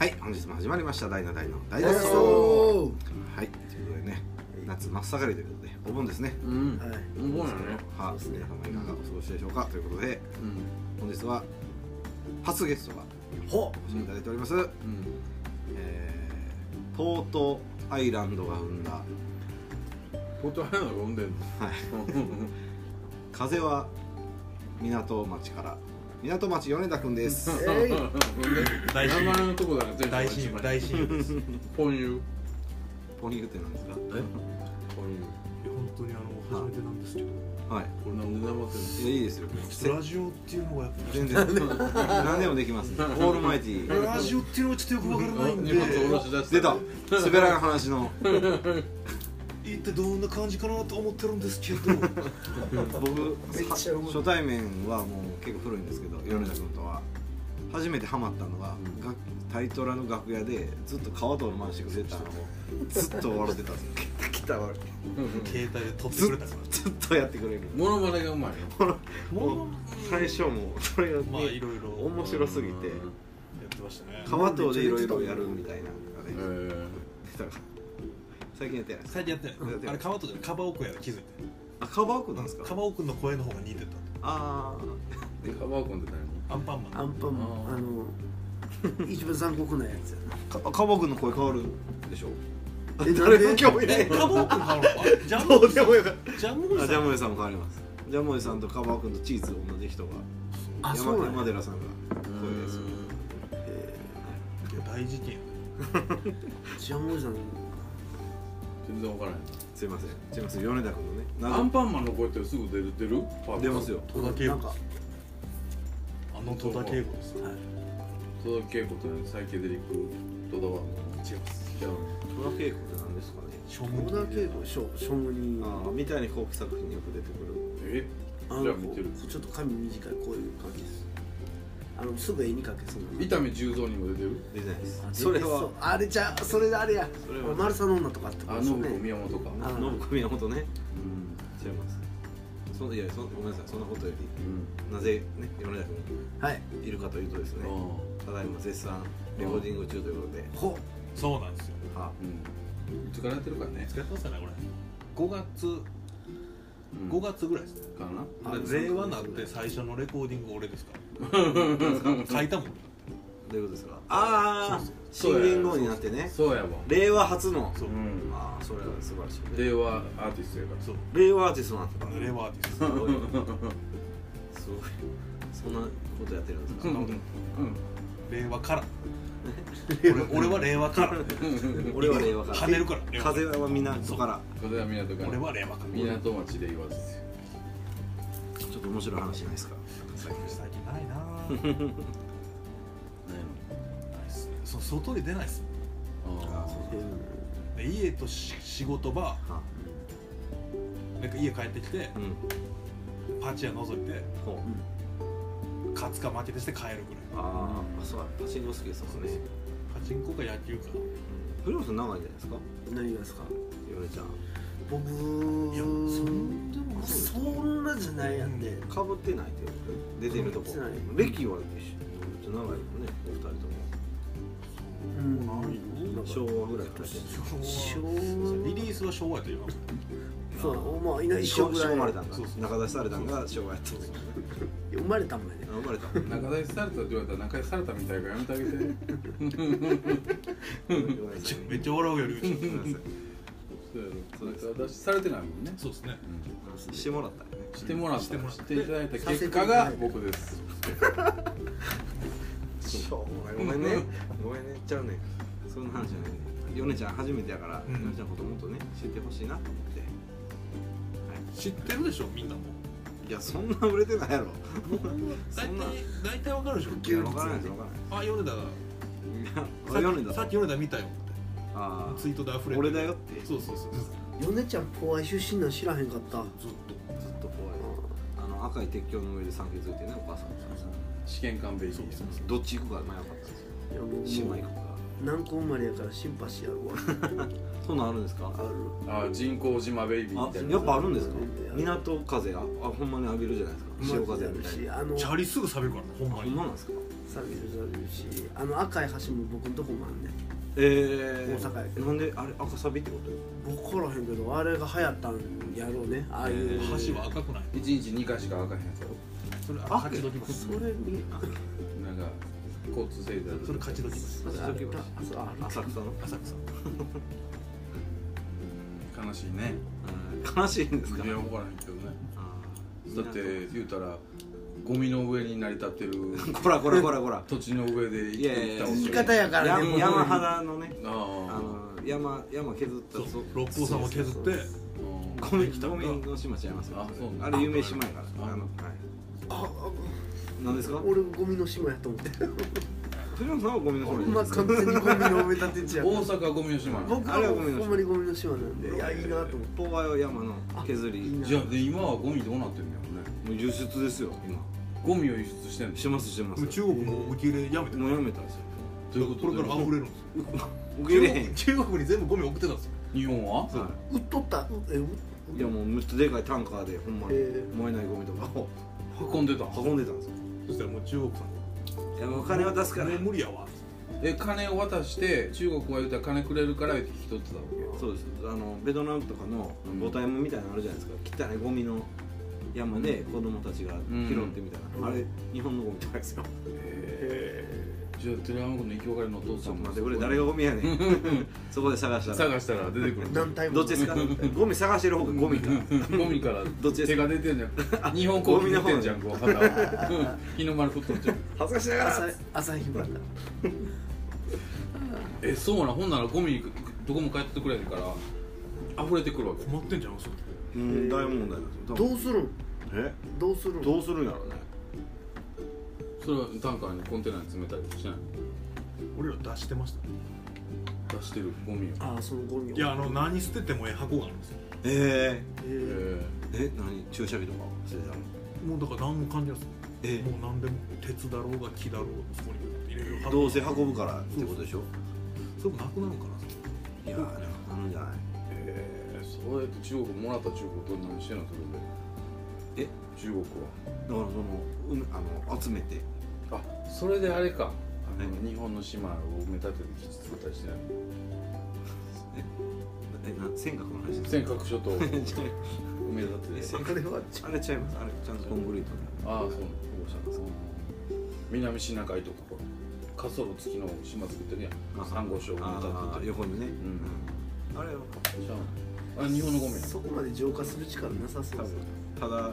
はい本日も始まりました「大の大の大や脱っ走」そはいということでね夏真っ盛りということでお盆ですねうんーはいうんそうだねはそうです皆ね様いかがお過ごしでしょうかということでうん本日は初ゲストがほお越しいただいております、うんえー、トートアイランドが生んだ ポートハイランドがんでんのはい風は港町から港町米田くんです えい大親名前友のとこだから全大親友大親友ですいや本友ポニーグってなんですか本本当にあの初めてなんですけどはい友俺なんで黙ってんいやいいですよせラジオっていうのがやっ全然何でもできます、ね、オールマイティぱりラジオっていうのがちょっとよくわからないんので荷物下ろし出して出た滑らん話の一体どんな感じかなと思ってるんです けど僕めっちゃうまい初対面はもう結構古いんですけど米田君とは初めてハマったのは、うん楽タイトラの楽屋でずっと川と回してくれたのをずっと笑ってたんですよ来たわ携帯で撮ってくれたからずっとやってくれるモノマネがうまいよもう最初もそれが、まあいろいろや面白すぎてうんってましたね川とでいろいろやるみたいなのがえねーだから最近やってないです最近やってないやってないあれカバオくんカバオくんやら気づいてあカバークなんですかカバオくんの声の方が似てあカバーコンってたアンパンマアンンパンマンあの一番残酷なやつやなーかカバークの声変わるでしょえなん誰もで興味ないえカバオくん変わるのあジャムどおうじでさんもよかっジャムおたあじジさャんムエさんも変わりますジャムエさんとカバークとチーズ同じ人があ山そうなん山や寺さんが声ですよ大事件ジャムおじさん全然わからないすいませんすいません米田君のねア謎ンパンマンの声ってすぐ出る出る出ますよ戸田恵なん子かあの戸田恵子ですはい戸田恵子とねサイケデリック戸田は違います違戸田恵う子って何ですかね小小田麦圭吾しょ庶務人ああみたいに後期作品によく出てくるえあのじゃあ見てるちょっと髪短いこういう感じですあのすぐ絵に描けそうな伊丹十三にも出てる出てないですあ出てそれはうあれじゃそれであれやそれはあのマルサの女とかあってこあとですよ信ね子宮本かあ信子宮本ねうん違いますそんいやそんごめんなさいそんなことよりうんなぜね米田君はいいるかというとですねただいま絶賛レコーディング中ということでほそうなんですよあうんいつからやってるかね使ってますかねこれ5月五5月月ぐらいですねかなあで令和になって最初のレコーディング俺ですから 書いたもんどういうことですかああそうそ新う元号になってねそうやわ令和初のそう、うんああそれは素晴らしいね令和アーティストやかそう令和アーティストなんだレバーですすごいすごいそんなことやってるんです か令和から 俺俺は令和から俺は令和から跳ね るから令和風は港かららこれは港から俺は令和から港町で言わずちょっと面白い話ないですか最近ないなぁないっすねそう外に出ないっすああそうう、で家とし仕事場はなんか家帰ってきてうんパチ屋覗いてほう勝つか負けてして帰るぐらいああそうパチンコ好きですもんねパチンコか野球か古本さん長いんじゃないですか何がですかヨネちゃん僕いやそんでもないそんなじゃないやんでかぶってないってこと出てるとこ被ってない歴は一緒長いよねお二人ともうんなんか昭和ぐらいからして昭そう和リリースは昭和やと今そうおまあいない一一緒生ぐら生いまれたんだそうそう中出しされたんが昭和やったんだ生まれたもんやねあ生まれたもんね仲出しされたって言われたら仲出しされたみたいからやめてあ げてごめんなさいめっちゃ笑うやるうごちめんなさそうやろ仲出しされてないもんねそうですねいしてもらったよねしてもらったしてもらっしていただいた結果が僕ですしょうがないごめんねごめんね言っちゃうねそんな話じゃないねヨネちゃん初めてやからうんヨネちゃんのこともっとね知ってほしいなと思って知ってるでしょみんなもいやそんな売れてないやろ僕も大そん体な大体わかるでしょいや分からないです分からないあ米田だですさあっきヨネださっき米田見たよあツイートで溢れあて俺だよってずっそうそうそうず米ちゃんポワイ出身なん知らへんかったっとと怖いあの赤い鉄橋の上で産気づいてねお母さん試験官ベイビーどっち行くか迷わなかったんですよいやもう島行もくかう南高生まれやからシンパシーやるわそんなんあるんですかあるああ人工島ベイビーあみたいなやっぱあるんですかうん港風ああほんまに浴びるじゃないですか潮風みたいしなあのチャリすぐ冷めるからほんほまんにまなんですか錆びる錆びるしあの赤い橋も僕のとこもあんねんええ大阪やけどなんであれ赤サビってこと僕からへんけどあれが流行ったんやろうねああいえうー橋は赤くない一日二回しか開かへんやつやそれああ勝ち時橋それにあろなんか交通整理だそれ勝ち時橋それあれだあそうある浅草の浅草悲しいね悲しいんですかいや分からへんけどねあーだって言うたらゴミの上に成り立ってるこらこらこらこ ら土地の上でいやいやいや言い方やからね山山肌のねあああの山山削ったそうそう六甲山を削ってうんごめんごめんの島ちゃいますよあそうあれ有名島やからああのはいあ何ですかあ俺ゴミの島やと思って藤本さんはゴミのほ島んまです 完全にゴミの埋め立て 地やから大阪はゴミの島なの僕はもうほんまにゴミの島なんでいやいいなと思って東海は山の削りあいいなじゃあで今はゴミどうなってるんだろうもねう輸出ですよ今ゴミを輸出してんのしてますしてますもう中国も受け入れやめてもうやめたんですよということこれでから溢れるんですよ受け入れへん中国中国に全部ゴミ送ってたんですよ日本はは売っとったうえういいやもうむっちゃでかいタンカーでほんまにえー燃えないゴミとかを運んでたの運んでたんですよそしたらもう中国さんいやお金は出すからもう無理やわえ金を渡して中国は言うたら金くれるから言って引き取ってたわそうですあのベトナムとかのうんボタン山みたいなのあるじゃないですか汚いゴミの山で子供たちが拾ってみたいな、うんあれ日本のゴミじゃないですよ、けへええじゃあ寺山君の生き別れのお父ちさょっんとも待ってこれ誰がゴミやねんそこで探したら探したら出てくるー団体もどっちですかゴミ探してる方がゴミかゴミからどっちです手かが出てんじゃん日本コーヒー出てんじゃんこう肌は日の丸太っとっちゃう恥ずかしなが朝ら朝日村だえそうなのほんならゴミどこも帰ってくれへんから溢れてくるわけ困ってんじゃんそれうん大問題なんですよ多分どうするんえどうするんどうするんやろうねそれはタンカーにコンテナに詰めたりしない俺ら出してました出してるゴミをああそのゴミをいやあの何捨ててもええ箱があるんですよえええーーー、え何駐車日とかしてたのもうだから何も感じないですえーもう何でも鉄だろうが木だろうがそこに入れる箱どうせ運ぶからってことでしょそれもなくなるのかないやーなんかなるんじゃないえーそうやって中国もらった中国と何してんのそれでえ中国はだからそのうんあの集めてあそれであれかあのえ日本の島を埋め立てて基地作ったりしてないえな尖閣の話です尖閣諸島を埋め立 ててえあれはちあれちゃいますあれちゃんとコンクリートでああそうそう南シナ海とかほら滑走路付きの島作ってるやん珊瑚礁を埋めあ立ーてて横にね、うん、あれはちゃうのあ日本のゴミやんそこまで浄化する力なさそう多です分ただ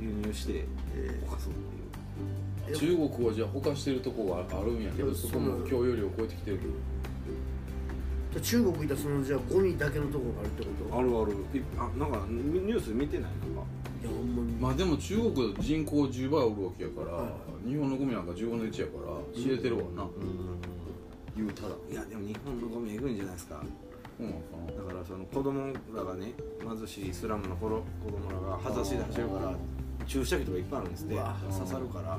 輸入してえ犯そうっていう中国はじゃあ保管してるとこがあるんやけどいやそそうこも供与量を超えてきてるー中国行ったらそのじゃあゴミだけのとこがあるってことあるあるいあなんかニニュース見てないなんかいやほんまにまあでも中国人口10倍おるわけやから、は日本のゴミなんか10分の1やから知れてるわな、う言うたらそんいやでも日本のゴミえぐいんじゃないですかうなのかだからその子供らがね貧しいスラムの頃子供らが恥ずかしい出してるから注射器とかいっぱいあるんですってうわ刺さるからな、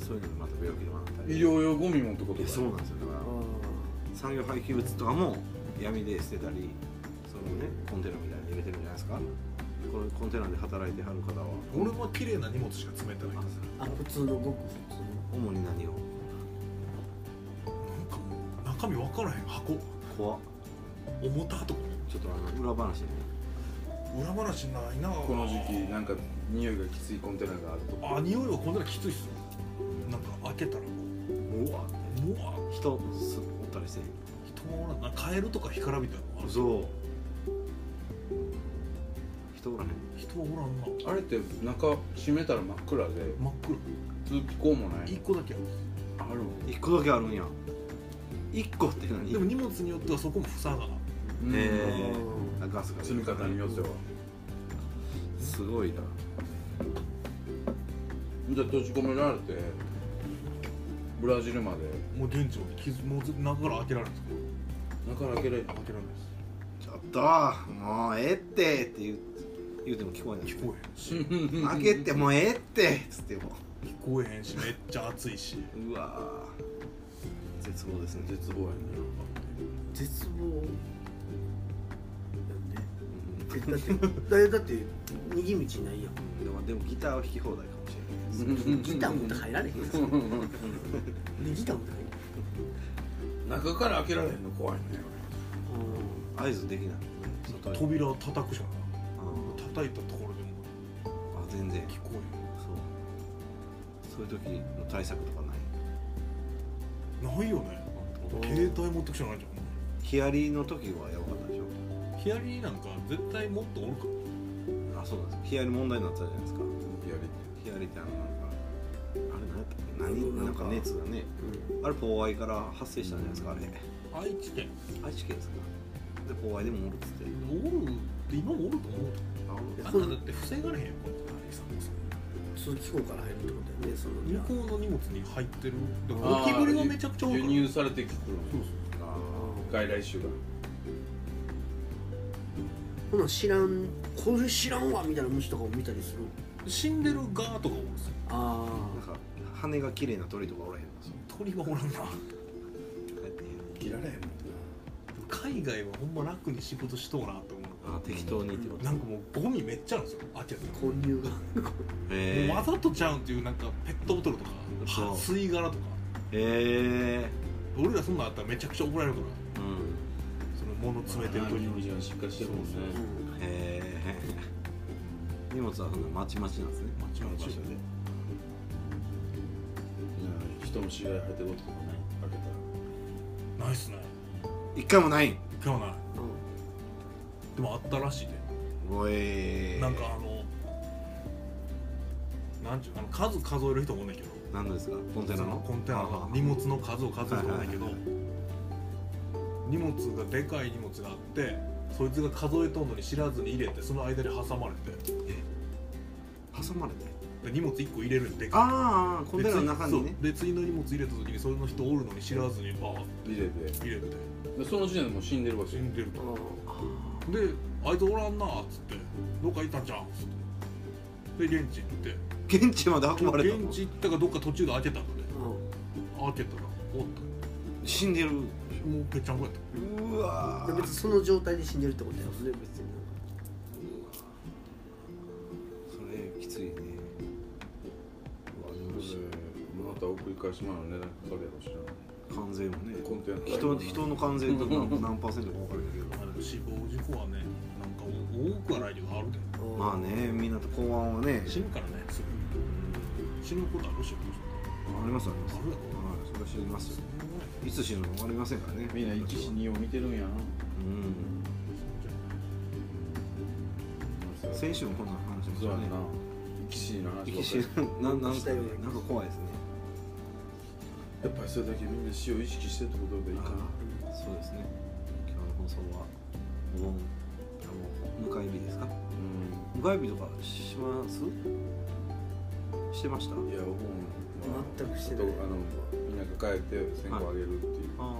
そういうのにまた病気でもなった医り療用ゴミもってこといやだそうなんですよだからあ産業廃棄物とかも闇で捨てたりそのねコンテナみたいに入れてるんじゃないですかこのコンテナで働いてはる方は俺は綺麗な荷物しか詰めてないんですよーあ普通のごく普通の主に何をなんかもう中身分からへん箱怖っ重たとかちょっとあの裏話ね裏話ないなこの時期なんか匂いがきついコンテナがあるとあ匂いはこんなのきついっすよなんか開けたらもうわってうわ人おったりして人もおらんなカエルとか干からびたいなのあるそう人おらへん人はおらんなあれって中閉めたら真っ暗で真っ通気口もな暗い一個だけあるある一個だけあるんや一個って何でも荷物によってはそこも塞がなうんえああガスが積み方によってはすごいなじゃあ閉じ込められてブラジルまでもう現地まで傷もうず中から開けられるんです中開けられか開けられないちょっともうええってって言う言うても聞こえなですい聞こ開けてもうええってつってもえへん聞こえへんしめっちゃ暑いしうわー絶望ですね絶望やね絶望うん だよねだってだだって逃げ道ないやんでもでもギターは弾き放題かもしれギター持って入られへんよ俺ギター持って入中から開けられへんの怖いね合図できないもんね外へ扉を叩くじゃんあ叩いたところでもーあ全然聞こえそうそういう時の対策とかないるないよね携帯持ってくしかないじヒアリの時はやばかったでしょゃんヒアリなんか絶対もっとおるかあそうなんですヒアリ問題になってたじゃないですかやりヒアリってあのなんかあれ何やったっけ何うんなんか熱がねあれポワイから発生したんじゃないですかあれら愛知県愛知県ですかでポワイでもおるっつっておるって今もおると思うあおるあんなだって防がれへんよこんな大作もさ通気口から入るってことやねその向こうの荷物に入ってるだからあゴーキブリはめちゃくちゃ多い輸入からされてきてるそうそうあ外来種がほな知らんこれ知らんわみたいな虫とかを見たりする死んでる側とかおるんですよあーなんか羽が綺麗な鳥とかおらへんのそう鳥はおらん帰なって切られへんもんな海外はほんま楽に仕事しとうなと思あー適当にってこうとなんかもうゴミめっちゃあるんですよあっちやった混入がへもうわざとちゃうんっていうなんかペットボトルとかそうは吸い殻とかえへえ俺らそんなんあったらめちゃくちゃ怒られるからうんその物詰めてる時日本に人はしっかりしてるもんねへえ荷物はそんなまちまちなんですねまちまちこの場所でいや人の知り合い入ってることとかね開けたらないっすね一回もない今日ないでもあったらしいで、おいなんかあのなんちゅうあの数数える人もおんねんけど何ですかコンテナそののコンテナあのー荷物の数を数える人おんねんけどはいは荷物がでかい荷物があってそいつが数えとんのに知らずに入れてその間に挟まれて挟まれてで荷物1個入れるんでかいああコンテナの中にねで次の荷物入れた時にその人おるのに知らずにバーッ入れて入れてでその時点でもう死んでるわけ死よんでるとあであいつおらんなっつってどっか行ったんじゃうんっつってで現地行って現地まで運ばれたの現地行ったかどっか途中で開けたので開けたらおっ死んでるたもうぺっちゃんこやったうわでー別にその状態で死んでるってことやもんね別にそれきついねうわでもしまた送り返しまうの値段かかるやろうしな関税もねコンテナ人人の関税と何何パーセントか分からないけどあの死亡事故はねなんか多くはないけどあるでまあねみんなと公安はね死ぬからねすぐ死ぬことあるしありますありますあはいるやそれは知りますよいつ死ぬの分かりませんからねみんな生き死にを見てるんやなうん先週もこんな話しましそうやたんねな生き死にの話ばっ生かりき死になんなんすかねしたよねなんか怖いですねやっぱりそれだけみんな死を意識してるってことでいいかあーなそうですね今日の放送はお盆あの迎え日ですかう迎え日とかしますしてましたんいやお盆は全くしちてょっなといあのみんなが帰って線香あげるっていう、あ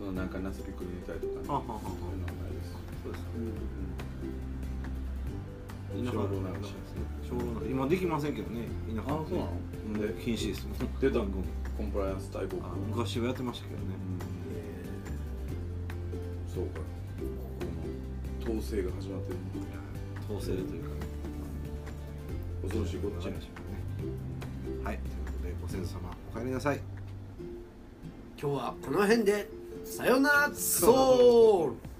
ーそのなんか夏ピクニック会とかねあはははそういうのはないです、そうです田うん、舎小籠なんかしちょうど今できませんけどね田舎あそうなのでで禁止ですもん出たうんコンプライアンス対抗あ昔はやってましたけどねそうかここの統制が始まってる統制というか恐ろしいこっちゃねはいということでご先祖様お帰りなさい今日はこの辺でさよならソウル